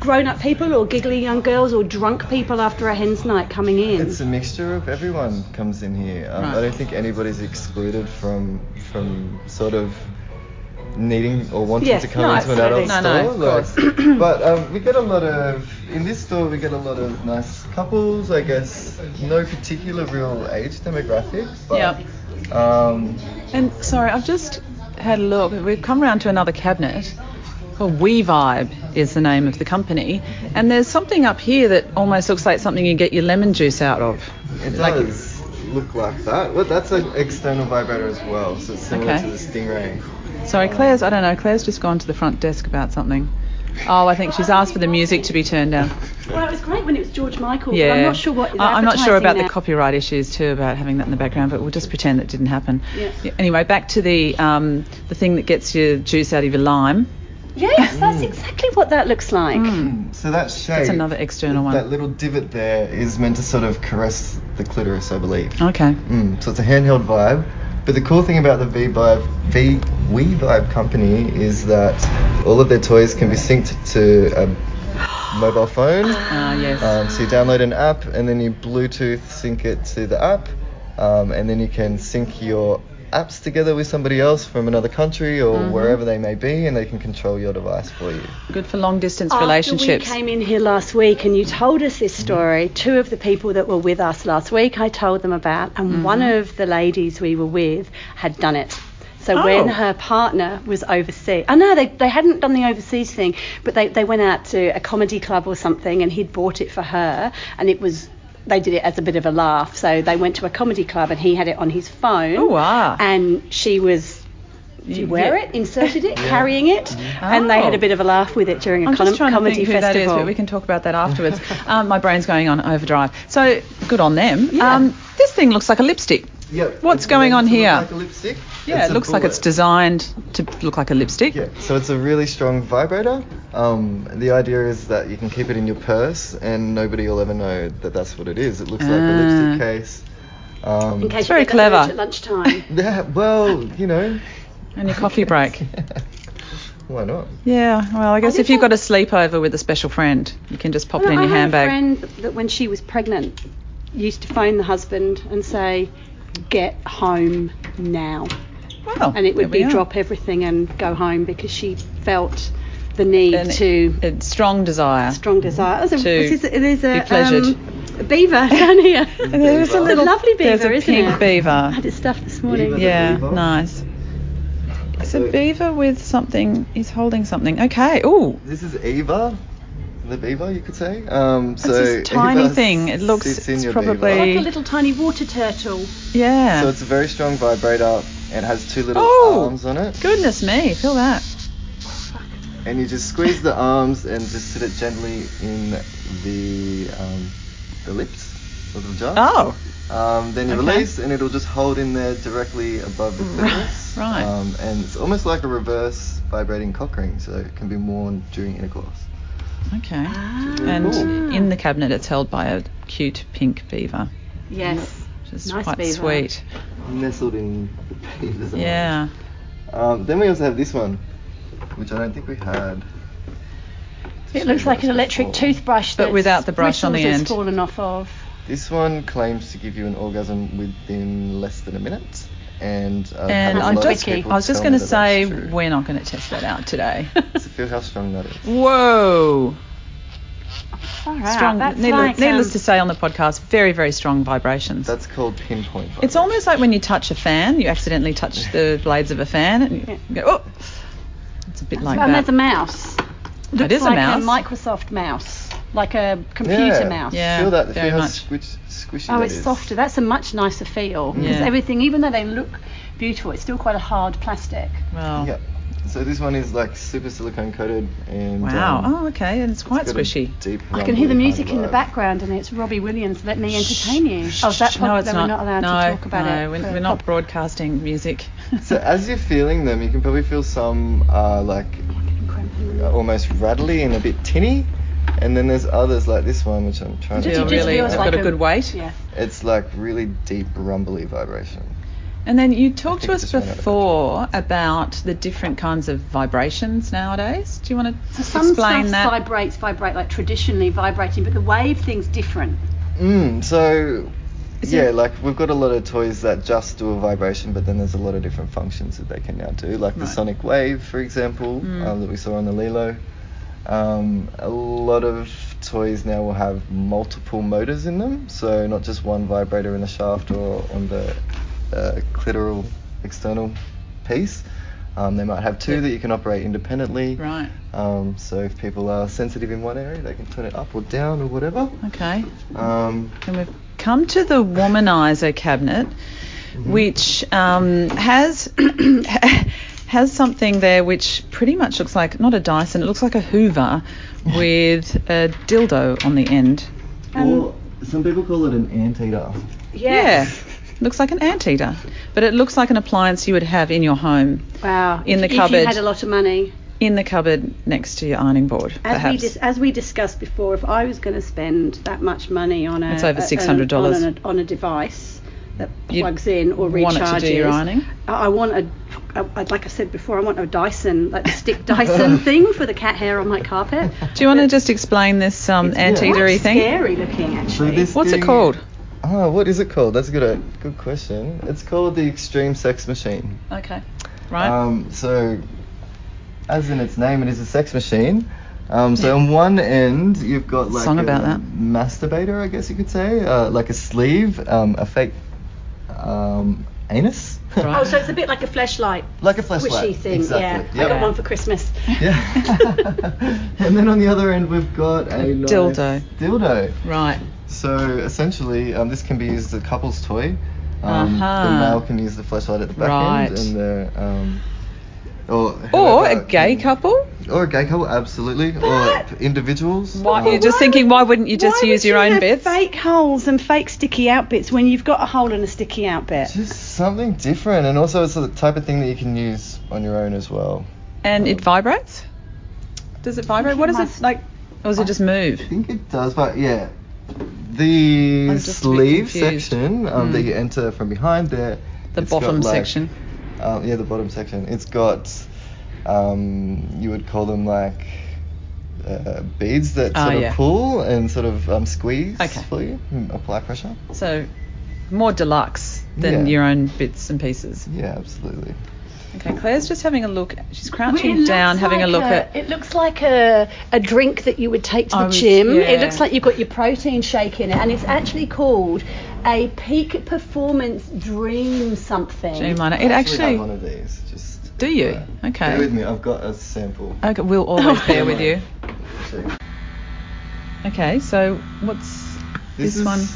[SPEAKER 2] grown up people or giggly young girls or drunk people after a hen's night coming in?
[SPEAKER 3] It's a mixture of everyone comes in here. Um,
[SPEAKER 1] Right.
[SPEAKER 3] I don't think anybody's excluded from from sort of needing or wanting
[SPEAKER 2] Yeah,
[SPEAKER 3] to come
[SPEAKER 2] no,
[SPEAKER 3] into an
[SPEAKER 2] absolutely.
[SPEAKER 3] adult
[SPEAKER 1] No, no,
[SPEAKER 3] store.
[SPEAKER 1] of
[SPEAKER 3] like- [clears throat] but um, we get a lot of in this store we get a lot of nice couples. I guess no particular real age demographic. But, Um,
[SPEAKER 1] And sorry, I've just had a look. We've come round to another cabinet. called We Vibe is the name of the company, and there's something up here that almost looks like something you get your lemon juice out of.
[SPEAKER 3] it
[SPEAKER 1] Like-
[SPEAKER 3] does look like that. Well, that's an external vibrator as well, so it's similar
[SPEAKER 1] Okay.
[SPEAKER 3] to the Stingray.
[SPEAKER 1] Sorry, Claire's. I don't know. Claire's just gone to the front desk about something. Oh, I think she's asked for the music to be turned down.
[SPEAKER 2] Well, it was great when it was George Michael.
[SPEAKER 1] Yeah.
[SPEAKER 2] But I'm not sure what. is
[SPEAKER 1] I- I'm not sure
[SPEAKER 2] advertising
[SPEAKER 1] about
[SPEAKER 2] now.
[SPEAKER 1] the copyright issues too about having that in the background, but we'll just pretend that didn't happen.
[SPEAKER 2] Yeah.
[SPEAKER 1] Anyway, back to the um, the thing that gets your juice out of your lime. Mm.
[SPEAKER 2] Yes, that's exactly what that looks like.
[SPEAKER 3] So that shape.
[SPEAKER 1] That's another external
[SPEAKER 3] That
[SPEAKER 1] one.
[SPEAKER 3] little divot there is meant to sort of caress the clitoris, I believe.
[SPEAKER 1] Okay.
[SPEAKER 3] Mm, so it's a handheld vibe. But the cool thing about the V Vibe, V We Vibe company is that all of their toys can be synced to a mobile phone.
[SPEAKER 1] Ah, yes.
[SPEAKER 3] Um, so you download an app and then you Bluetooth sync it to the app, um, and then you can sync your apps together with somebody else from another country or
[SPEAKER 1] Mm-hmm.
[SPEAKER 3] wherever they may be, and they can control your device for you.
[SPEAKER 1] Good for long distance
[SPEAKER 2] After
[SPEAKER 1] relationships.
[SPEAKER 2] we came in here last week and you told us this story, two of the people that were with us last week, I told them about, and
[SPEAKER 1] Mm-hmm.
[SPEAKER 2] one of the ladies we were with had done it. So
[SPEAKER 1] Oh.
[SPEAKER 2] when her partner was overseas, I know they, they hadn't done the overseas thing, but they, they went out to a comedy club or something and he'd bought it for her and it was, they did it as a bit of a laugh. So they went to a comedy club and he had it on his phone.
[SPEAKER 1] Oh, wow.
[SPEAKER 2] And she was, did you wear
[SPEAKER 1] yeah.
[SPEAKER 2] it? Inserted it? Carrying it? And they had
[SPEAKER 1] Oh.
[SPEAKER 2] a bit of a laugh with it during a
[SPEAKER 1] I'm
[SPEAKER 2] com-
[SPEAKER 1] just trying to
[SPEAKER 2] comedy
[SPEAKER 1] think who that
[SPEAKER 2] festival.
[SPEAKER 1] is, but we can talk about that
[SPEAKER 2] [laughs]
[SPEAKER 1] afterwards. um, my brain's going on overdrive. So good on them.
[SPEAKER 2] Yeah.
[SPEAKER 1] Um, this thing looks like a lipstick.
[SPEAKER 3] Yep.
[SPEAKER 1] What's
[SPEAKER 3] it's
[SPEAKER 1] going
[SPEAKER 3] meant
[SPEAKER 1] on
[SPEAKER 3] to look
[SPEAKER 1] here?
[SPEAKER 3] Like a lipstick.
[SPEAKER 1] Yeah,
[SPEAKER 3] It's
[SPEAKER 1] it
[SPEAKER 3] a
[SPEAKER 1] looks like it's
[SPEAKER 3] bullet.
[SPEAKER 1] designed to look like a lipstick.
[SPEAKER 3] Yeah, so it's a really strong vibrator. Um, the idea is that you can keep it in your purse and nobody will ever know that that's what it is. It looks like a
[SPEAKER 1] Ah.
[SPEAKER 3] lipstick case. Um,
[SPEAKER 2] In case
[SPEAKER 1] It's very
[SPEAKER 2] you get that urge
[SPEAKER 1] clever.
[SPEAKER 2] At lunchtime.
[SPEAKER 3] yeah, well, you know,
[SPEAKER 1] And your coffee break.
[SPEAKER 3] why not?
[SPEAKER 1] Yeah, well, I guess
[SPEAKER 2] did
[SPEAKER 1] if you've got a
[SPEAKER 2] have-
[SPEAKER 1] sleepover with a special friend, you can just [laughs] pop
[SPEAKER 2] Well,
[SPEAKER 1] it in
[SPEAKER 2] I
[SPEAKER 1] your
[SPEAKER 2] had
[SPEAKER 1] handbag.
[SPEAKER 2] a friend that when she was pregnant used to phone the husband and say, "Get home now,"
[SPEAKER 1] Well,
[SPEAKER 2] and it would
[SPEAKER 1] Oh, there we
[SPEAKER 2] be
[SPEAKER 1] are.
[SPEAKER 2] drop everything and go home because she felt the need
[SPEAKER 1] And
[SPEAKER 2] to
[SPEAKER 1] a strong desire.
[SPEAKER 2] strong desire. There's a,
[SPEAKER 1] to
[SPEAKER 2] it is, it is a,
[SPEAKER 1] be pleasured.
[SPEAKER 2] um, a beaver [laughs] down
[SPEAKER 1] [laughs]
[SPEAKER 2] here.
[SPEAKER 1] There's
[SPEAKER 3] It's a
[SPEAKER 2] lovely beaver,
[SPEAKER 1] There's a
[SPEAKER 2] isn't
[SPEAKER 1] pink
[SPEAKER 2] it? I
[SPEAKER 1] beaver.
[SPEAKER 2] had it stuffed this morning.
[SPEAKER 3] Beaver.
[SPEAKER 1] Yeah,
[SPEAKER 3] beaver.
[SPEAKER 1] nice. It's a
[SPEAKER 3] So-
[SPEAKER 1] beaver with something. He's holding something. Okay. Oh,
[SPEAKER 3] This is Eva, the beaver, you could say. Um, so
[SPEAKER 1] this tiny
[SPEAKER 3] Eva
[SPEAKER 1] thing. It looks-
[SPEAKER 3] sits in
[SPEAKER 1] it's
[SPEAKER 3] your
[SPEAKER 1] probably-
[SPEAKER 3] beaver.
[SPEAKER 2] Like a little tiny water turtle.
[SPEAKER 1] yeah.
[SPEAKER 3] So it's a very strong vibrator. It has two little
[SPEAKER 1] Oh.
[SPEAKER 3] arms on it,
[SPEAKER 1] Goodness me, feel that.
[SPEAKER 3] and you just squeeze the arms and just sit it gently in the um, the lips of the jar.
[SPEAKER 1] Oh,
[SPEAKER 3] Um, then you
[SPEAKER 1] Okay.
[SPEAKER 3] release, and it'll just hold in there directly above the clitoris.
[SPEAKER 1] right.
[SPEAKER 3] Um, and it's almost like a reverse vibrating cock ring, so it can be worn during intercourse.
[SPEAKER 1] okay.
[SPEAKER 2] Ah.
[SPEAKER 3] Very
[SPEAKER 1] And
[SPEAKER 3] cool.
[SPEAKER 1] in the cabinet, it's held by a cute pink beaver,
[SPEAKER 2] Yes.
[SPEAKER 1] which is
[SPEAKER 2] Nice
[SPEAKER 1] quite
[SPEAKER 2] beaver.
[SPEAKER 1] sweet.
[SPEAKER 3] nestled in the beaver's arms.
[SPEAKER 1] Yeah.
[SPEAKER 3] Um, then we also have this one, which I don't think we had.
[SPEAKER 2] It looks like an electric toothbrush,
[SPEAKER 1] But
[SPEAKER 2] that's-
[SPEAKER 1] without the brush on the
[SPEAKER 2] bristles has
[SPEAKER 1] end.
[SPEAKER 2] fallen off of.
[SPEAKER 3] This one claims to give you an orgasm within less than a minute. And, I've had
[SPEAKER 1] And
[SPEAKER 3] a
[SPEAKER 1] I'm
[SPEAKER 3] lot of
[SPEAKER 1] just, I
[SPEAKER 3] people
[SPEAKER 1] was just
[SPEAKER 3] tell
[SPEAKER 1] going
[SPEAKER 3] me
[SPEAKER 1] to
[SPEAKER 3] that
[SPEAKER 1] say,
[SPEAKER 3] that's true.
[SPEAKER 1] we're not going to test that out
[SPEAKER 2] [laughs]
[SPEAKER 1] today. [laughs]
[SPEAKER 3] So feel how strong that is.
[SPEAKER 1] Whoa.
[SPEAKER 2] All right,
[SPEAKER 1] strong.
[SPEAKER 2] that's
[SPEAKER 1] needle-
[SPEAKER 2] like,
[SPEAKER 1] needless
[SPEAKER 2] um,
[SPEAKER 1] to say, on the podcast, very, very strong vibrations.
[SPEAKER 3] That's called pinpoint. Vibration.
[SPEAKER 1] it's almost like when you touch a fan, you accidentally touch
[SPEAKER 2] [laughs]
[SPEAKER 1] the blades of a fan, and you go, oh. It's a bit like
[SPEAKER 2] and
[SPEAKER 1] that.
[SPEAKER 2] there's a mouse.
[SPEAKER 1] It is a
[SPEAKER 2] like
[SPEAKER 1] mouse.
[SPEAKER 2] a Microsoft mouse, like a computer
[SPEAKER 3] yeah.
[SPEAKER 2] mouse.
[SPEAKER 1] Yeah,
[SPEAKER 3] Feel that.
[SPEAKER 1] very
[SPEAKER 3] Feel how
[SPEAKER 1] much.
[SPEAKER 3] squish, squishy
[SPEAKER 2] Oh,
[SPEAKER 3] that
[SPEAKER 2] it's
[SPEAKER 3] is.
[SPEAKER 2] softer. That's a much nicer feel because
[SPEAKER 1] Yeah.
[SPEAKER 2] everything, even though they look beautiful, it's still quite a hard plastic.
[SPEAKER 1] well,
[SPEAKER 3] Yep. So this one is like super silicone coated and
[SPEAKER 1] Wow.
[SPEAKER 3] um,
[SPEAKER 1] oh, okay. And it's quite
[SPEAKER 3] it's got a
[SPEAKER 1] squishy.
[SPEAKER 3] Deep
[SPEAKER 2] I can hear the
[SPEAKER 3] rumbly
[SPEAKER 2] music
[SPEAKER 3] kind
[SPEAKER 2] in
[SPEAKER 3] of
[SPEAKER 2] the
[SPEAKER 3] vibe.
[SPEAKER 2] background, and it's Robbie Williams. Let me entertain you. Oh, is that
[SPEAKER 1] Shh,
[SPEAKER 2] one?
[SPEAKER 1] no, it's
[SPEAKER 2] then
[SPEAKER 1] not.
[SPEAKER 2] We're not allowed
[SPEAKER 1] no,
[SPEAKER 2] to talk about
[SPEAKER 1] no,
[SPEAKER 2] it.
[SPEAKER 1] We're,
[SPEAKER 2] But
[SPEAKER 1] we're not
[SPEAKER 2] pop-
[SPEAKER 1] broadcasting music.
[SPEAKER 3] So as you're feeling them, you can probably feel some uh, like almost rattly and a bit tinny, and then there's others like this one, which I'm trying
[SPEAKER 1] Feel
[SPEAKER 3] to.
[SPEAKER 2] It just
[SPEAKER 1] really,
[SPEAKER 2] feels
[SPEAKER 1] it's
[SPEAKER 3] uh,
[SPEAKER 2] like
[SPEAKER 1] got a,
[SPEAKER 2] a-
[SPEAKER 1] good weight.
[SPEAKER 2] Yeah.
[SPEAKER 3] It's like really deep rumbly vibration.
[SPEAKER 1] And then you talked to
[SPEAKER 3] think I
[SPEAKER 1] us
[SPEAKER 3] just ran out of
[SPEAKER 1] before about the different kinds of vibrations nowadays. Do you want to
[SPEAKER 2] Some
[SPEAKER 1] explain
[SPEAKER 2] stuff
[SPEAKER 1] that?
[SPEAKER 2] vibrates, vibrate like traditionally vibrating, but the wave thing's different.
[SPEAKER 3] Mm, so
[SPEAKER 1] Is
[SPEAKER 3] yeah,
[SPEAKER 1] it-
[SPEAKER 3] like we've got a lot of toys that just do a vibration, but then there's a lot of different functions that they can now do, like the
[SPEAKER 1] Right.
[SPEAKER 3] sonic wave, for example,
[SPEAKER 1] Mm.
[SPEAKER 3] um, that we saw on the Lilo. Um, a lot of toys now will have multiple motors in them, so not just one vibrator in the shaft or on the uh, clitoral external piece. Um, they might have two that you can operate independently.
[SPEAKER 1] right.
[SPEAKER 3] Um, so if people are sensitive in one area, they can turn it up or down or whatever.
[SPEAKER 1] Oh, Okay.
[SPEAKER 3] Um,
[SPEAKER 1] And we've come to the womanizer cabinet,
[SPEAKER 3] Mm-hmm.
[SPEAKER 1] which um, has [coughs] has something there which pretty much looks like not a Dyson, it looks like a
[SPEAKER 3] [laughs]
[SPEAKER 1] Hoover with a dildo on the end.
[SPEAKER 3] or some people call it an anteater.
[SPEAKER 1] Yeah. Looks like an anteater, but it looks like an appliance you would have in your home,
[SPEAKER 2] Wow.
[SPEAKER 1] In the
[SPEAKER 2] if If
[SPEAKER 1] cupboard.
[SPEAKER 2] you had a lot of money.
[SPEAKER 1] in the cupboard next to your ironing board,
[SPEAKER 2] As we,
[SPEAKER 1] perhaps.
[SPEAKER 2] dis- as we discussed before, if I was going to spend that much money on a
[SPEAKER 1] It's over
[SPEAKER 2] a-
[SPEAKER 1] $600.
[SPEAKER 2] on, a, on a device that
[SPEAKER 1] You'd
[SPEAKER 2] plugs in or recharges,
[SPEAKER 1] want it to do your ironing?
[SPEAKER 2] I I want a, I- like I said before, I want a Dyson, like the
[SPEAKER 1] [laughs]
[SPEAKER 2] stick Dyson thing for the cat hair on my carpet.
[SPEAKER 1] Do you want to just explain this um,
[SPEAKER 3] yeah.
[SPEAKER 1] anteatery
[SPEAKER 2] That's
[SPEAKER 1] thing?
[SPEAKER 2] Scary looking,
[SPEAKER 3] So
[SPEAKER 2] actually.
[SPEAKER 3] this
[SPEAKER 1] What's it
[SPEAKER 3] thing-
[SPEAKER 1] called?
[SPEAKER 3] Ah, what is it called? That's a good, uh, good question. It's called the Extreme Sex Machine.
[SPEAKER 1] Okay. Right.
[SPEAKER 3] Um, so, as in its name, it is a sex machine. Um, so on one end you've got like
[SPEAKER 1] Song
[SPEAKER 3] a
[SPEAKER 1] about that.
[SPEAKER 3] masturbator, I guess you could say, uh, like a sleeve, um, a fake um, anus.
[SPEAKER 1] Right.
[SPEAKER 2] oh, so it's a bit like a flashlight,
[SPEAKER 3] [laughs] like a flashlight.
[SPEAKER 2] squishy thing.
[SPEAKER 3] Exactly.
[SPEAKER 2] Yeah. I
[SPEAKER 3] Yep.
[SPEAKER 2] got one for Christmas.
[SPEAKER 3] Yeah. [laughs] and then on the other end we've got a nice
[SPEAKER 1] Dildo.
[SPEAKER 3] Dildo.
[SPEAKER 1] right.
[SPEAKER 3] So essentially, um, this can be used as a couple's toy. Um, The
[SPEAKER 1] Aha.
[SPEAKER 3] male can use the flashlight at the back
[SPEAKER 1] Right.
[SPEAKER 3] end, and the um,
[SPEAKER 1] Or
[SPEAKER 3] or whoever
[SPEAKER 1] a gay
[SPEAKER 3] can-
[SPEAKER 1] couple?
[SPEAKER 3] Or a gay couple, absolutely. or individuals.
[SPEAKER 1] Why,
[SPEAKER 3] um,
[SPEAKER 1] you're just thinking, why wouldn't you just
[SPEAKER 2] Why
[SPEAKER 1] use
[SPEAKER 2] would
[SPEAKER 1] your
[SPEAKER 2] you
[SPEAKER 1] own
[SPEAKER 2] have
[SPEAKER 1] bits?
[SPEAKER 2] Fake holes and fake sticky out bits when you've got a hole and a sticky out bit.
[SPEAKER 3] just something different, and also it's the type of thing that you can use on your own as well.
[SPEAKER 1] And it vibrates? Does it vibrate? What is it like? Or does it just move?
[SPEAKER 3] I think it does, but yeah. The
[SPEAKER 1] I'm just a bit
[SPEAKER 3] sleeve
[SPEAKER 1] confused.
[SPEAKER 3] section um, that
[SPEAKER 1] Mm.
[SPEAKER 3] you enter from behind there.
[SPEAKER 1] The
[SPEAKER 3] it's got,
[SPEAKER 1] bottom
[SPEAKER 3] like,
[SPEAKER 1] section.
[SPEAKER 3] Um, yeah, the bottom section. It's got, um, you would call them like uh, beads that
[SPEAKER 1] Ah,
[SPEAKER 3] sort of
[SPEAKER 1] yeah.
[SPEAKER 3] pull and sort of um, squeeze
[SPEAKER 1] Okay.
[SPEAKER 3] for you, and apply pressure.
[SPEAKER 1] So more deluxe than
[SPEAKER 3] Yeah.
[SPEAKER 1] your own bits and pieces.
[SPEAKER 3] Yeah, absolutely.
[SPEAKER 1] Okay, Claire's just having a look. She's
[SPEAKER 2] Well, it
[SPEAKER 1] crouching
[SPEAKER 2] looks
[SPEAKER 1] down, having a
[SPEAKER 2] like
[SPEAKER 1] look at.
[SPEAKER 2] It looks like a, a drink that you would take to the
[SPEAKER 1] I was-
[SPEAKER 2] gym.
[SPEAKER 1] yeah.
[SPEAKER 2] It looks like you've got your protein shake in it, and it's actually called a peak performance dream something.
[SPEAKER 1] G minor. It
[SPEAKER 3] I have one
[SPEAKER 1] actually.
[SPEAKER 3] of these. Just
[SPEAKER 1] Do you?
[SPEAKER 3] uh,
[SPEAKER 1] Okay. Oh,
[SPEAKER 3] Bear with me. I've got a sample.
[SPEAKER 1] Okay, we'll always bear with you.
[SPEAKER 3] Actually,
[SPEAKER 1] Okay, so what's this,
[SPEAKER 3] is,
[SPEAKER 1] one?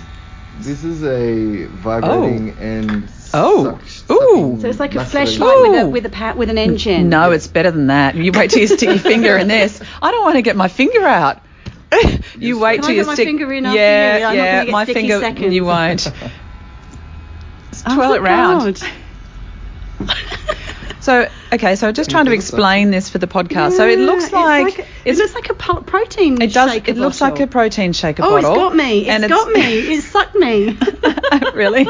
[SPEAKER 3] This is a vibrating and
[SPEAKER 1] Oh.
[SPEAKER 3] suck-
[SPEAKER 1] Ooh.
[SPEAKER 3] sucking
[SPEAKER 2] So it's like a
[SPEAKER 3] masturbating-
[SPEAKER 2] flashlight with a
[SPEAKER 1] Ooh.
[SPEAKER 2] with a pa- with an engine.
[SPEAKER 1] No, it's better than that. You wait till you stick your finger in this. I don't want to get my finger out. [laughs] you
[SPEAKER 3] Yes.
[SPEAKER 1] wait
[SPEAKER 3] Can
[SPEAKER 1] till
[SPEAKER 2] I
[SPEAKER 1] you
[SPEAKER 2] get my
[SPEAKER 1] stick.
[SPEAKER 2] finger in
[SPEAKER 1] yeah,
[SPEAKER 2] after you? I'm not
[SPEAKER 1] yeah.
[SPEAKER 2] gonna get
[SPEAKER 1] my
[SPEAKER 2] sticky
[SPEAKER 1] finger.
[SPEAKER 2] seconds.
[SPEAKER 1] You
[SPEAKER 3] [laughs]
[SPEAKER 1] won't.
[SPEAKER 2] Oh
[SPEAKER 1] Twirl
[SPEAKER 2] my
[SPEAKER 1] it round.
[SPEAKER 2] God.
[SPEAKER 1] So okay, so just trying to
[SPEAKER 3] think so?
[SPEAKER 1] explain this for the podcast. so it
[SPEAKER 2] Yeah,
[SPEAKER 1] looks
[SPEAKER 2] it's
[SPEAKER 1] like
[SPEAKER 2] it looks like a po- protein.
[SPEAKER 1] it does.
[SPEAKER 2] shaker
[SPEAKER 1] It looks
[SPEAKER 2] bottle.
[SPEAKER 1] like a protein shaker
[SPEAKER 2] Oh,
[SPEAKER 1] bottle.
[SPEAKER 2] it's got me. It's
[SPEAKER 1] and
[SPEAKER 2] got me. It sucked me.
[SPEAKER 1] [laughs]
[SPEAKER 2] [laughs]
[SPEAKER 1] really.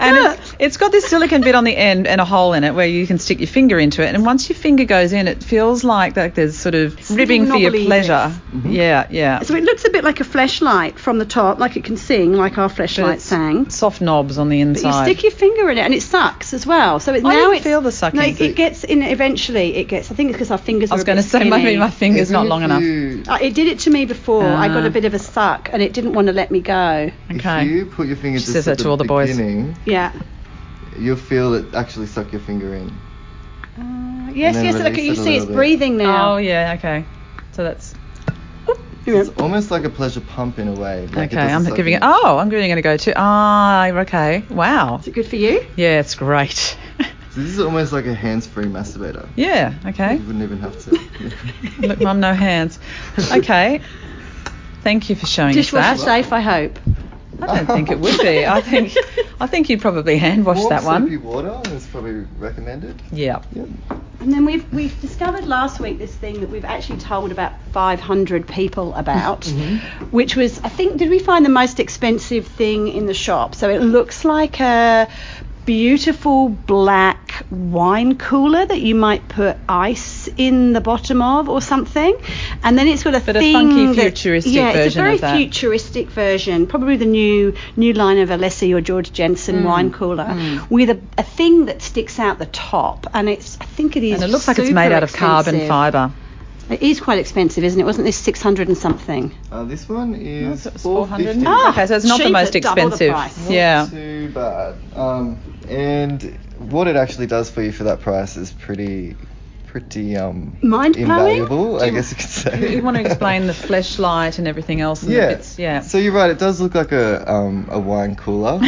[SPEAKER 1] And it's, it's got this silicon bit on the end and a hole in it where you can stick your finger into it. And once your finger goes in, it feels like like there's sort of ribbing for your
[SPEAKER 2] knobbly,
[SPEAKER 1] pleasure.
[SPEAKER 3] yes. Mhm.
[SPEAKER 1] Yeah, yeah.
[SPEAKER 2] So it looks a bit like a flashlight from the top, like it can sing, like our
[SPEAKER 1] But
[SPEAKER 2] flashlight
[SPEAKER 1] it's
[SPEAKER 2] sang.
[SPEAKER 1] Soft knobs on the
[SPEAKER 2] But you
[SPEAKER 1] inside.
[SPEAKER 2] stick your finger in it, and it sucks as well. So it,
[SPEAKER 1] I
[SPEAKER 2] now
[SPEAKER 1] didn't
[SPEAKER 2] it's,
[SPEAKER 1] feel the sucking.
[SPEAKER 2] No, it, it gets in. Eventually, it gets. I think it's because our fingers.
[SPEAKER 1] I was
[SPEAKER 2] going
[SPEAKER 1] going to
[SPEAKER 2] to
[SPEAKER 1] say maybe my finger's not
[SPEAKER 3] Even
[SPEAKER 1] long
[SPEAKER 3] if
[SPEAKER 1] enough.
[SPEAKER 3] you-
[SPEAKER 2] Uh, it did it to me before. I got
[SPEAKER 1] Ah.
[SPEAKER 2] a bit of a suck, and it didn't want to let me go.
[SPEAKER 1] Okay.
[SPEAKER 3] If you put your finger
[SPEAKER 1] She
[SPEAKER 3] just
[SPEAKER 1] says
[SPEAKER 3] at
[SPEAKER 1] that to all the boys.
[SPEAKER 3] beginning,
[SPEAKER 2] Yeah.
[SPEAKER 3] you'll feel it actually suck your finger in.
[SPEAKER 2] Uh, yes,
[SPEAKER 3] then
[SPEAKER 2] yes. Look,
[SPEAKER 3] release
[SPEAKER 2] you
[SPEAKER 3] it
[SPEAKER 2] see,
[SPEAKER 3] a
[SPEAKER 2] it's
[SPEAKER 3] little bit.
[SPEAKER 2] breathing now.
[SPEAKER 1] Oh yeah, okay. So that's
[SPEAKER 3] It's almost like a pleasure pump in a way. Like
[SPEAKER 1] okay. I'm
[SPEAKER 3] doesn't
[SPEAKER 1] giving it.
[SPEAKER 3] suck
[SPEAKER 1] Oh, I'm giving it a go too. Ah, okay. Wow.
[SPEAKER 2] Is it good for you?
[SPEAKER 1] Yeah, it's great. [laughs]
[SPEAKER 3] So this is almost like a hands-free masturbator.
[SPEAKER 1] Yeah, okay.
[SPEAKER 3] You wouldn't even have to.
[SPEAKER 1] [laughs] Look, mum,
[SPEAKER 2] [laughs]
[SPEAKER 1] no hands. Okay. Thank you for showing us
[SPEAKER 2] Dishwasher
[SPEAKER 1] that.
[SPEAKER 2] safe, I hope.
[SPEAKER 1] I don't think it would be. I think
[SPEAKER 2] [laughs]
[SPEAKER 1] I think you probably hand washed
[SPEAKER 3] Warm
[SPEAKER 1] that
[SPEAKER 3] soapy
[SPEAKER 1] one.
[SPEAKER 3] water is probably recommended.
[SPEAKER 1] Yeah.
[SPEAKER 3] Yep.
[SPEAKER 2] And then we've we've discovered last week this thing that we've actually told about 500 people about,
[SPEAKER 1] Mm-hmm.
[SPEAKER 2] which was I think did we find the most expensive thing in the shop? So it looks like a beautiful black wine cooler that you might put ice in the bottom of or something, and then it's got a
[SPEAKER 1] But a
[SPEAKER 2] thing
[SPEAKER 1] funky
[SPEAKER 2] that-
[SPEAKER 1] futuristic
[SPEAKER 2] yeah, it's a
[SPEAKER 1] version of
[SPEAKER 2] very
[SPEAKER 1] that.
[SPEAKER 2] futuristic version, probably the new new line of Alessi or George Jensen
[SPEAKER 1] Mm.
[SPEAKER 2] wine cooler, with a, a thing that sticks out the top, and it's I think it is.
[SPEAKER 1] And it looks like it's
[SPEAKER 2] super
[SPEAKER 1] made out of carbon
[SPEAKER 2] expensive.
[SPEAKER 1] fibre.
[SPEAKER 2] It is quite expensive, isn't it? Wasn't this six hundred and something?
[SPEAKER 3] Uh, this one is
[SPEAKER 1] it was 400.
[SPEAKER 3] 450.
[SPEAKER 2] Ah,
[SPEAKER 1] okay, so it's not the
[SPEAKER 2] cheap,
[SPEAKER 1] most
[SPEAKER 2] but double the
[SPEAKER 1] expensive.
[SPEAKER 2] price.
[SPEAKER 1] Ah, yeah.
[SPEAKER 3] Too bad. Um, and what it actually does for you for that price is pretty, pretty um.
[SPEAKER 2] Mind-blowing?
[SPEAKER 3] Invaluable, I guess you could
[SPEAKER 1] You,
[SPEAKER 3] say.
[SPEAKER 1] you want to explain the
[SPEAKER 3] [laughs]
[SPEAKER 1] fleshlight and everything else? And
[SPEAKER 3] yeah.
[SPEAKER 1] The bits, yeah.
[SPEAKER 3] So you're right. It does look like a um, a
[SPEAKER 1] [laughs]
[SPEAKER 3] wine cooler.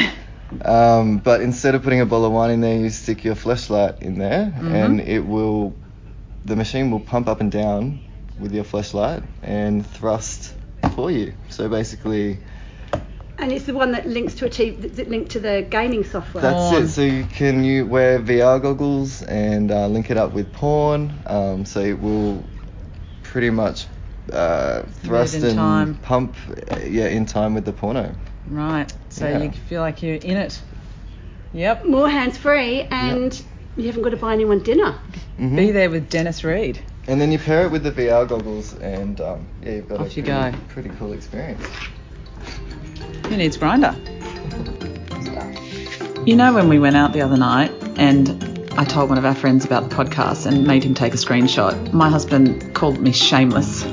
[SPEAKER 3] Um, but instead of putting a bottle of wine in there, you stick your flashlight in there,
[SPEAKER 1] Mm-hmm.
[SPEAKER 3] and it will, the machine will pump up and down with your flashlight and thrust for you. So basically,
[SPEAKER 2] And it's the one that links to a t- that linked to the gaming software.
[SPEAKER 3] That's
[SPEAKER 1] Porn.
[SPEAKER 3] it. So you can you wear VR goggles and uh, link it up with porn. Um, so it will pretty much uh, thrust
[SPEAKER 1] in
[SPEAKER 3] and
[SPEAKER 1] time.
[SPEAKER 3] pump, uh, yeah, in time with the porno.
[SPEAKER 1] Right. So
[SPEAKER 3] Yeah.
[SPEAKER 1] you feel like you're in it. Yep.
[SPEAKER 2] More hands free, and you haven't got to buy anyone dinner.
[SPEAKER 3] Mhm.
[SPEAKER 1] Be there with Dennis Reed.
[SPEAKER 3] And then you pair it with the VR goggles, and um, yeah, you've got a
[SPEAKER 1] Off you
[SPEAKER 3] pretty,
[SPEAKER 1] go.
[SPEAKER 3] pretty cool experience.
[SPEAKER 1] Who needs grinder? You know when we went out the other night and I told one of our friends about the podcast and made him take a screenshot. My husband called me shameless.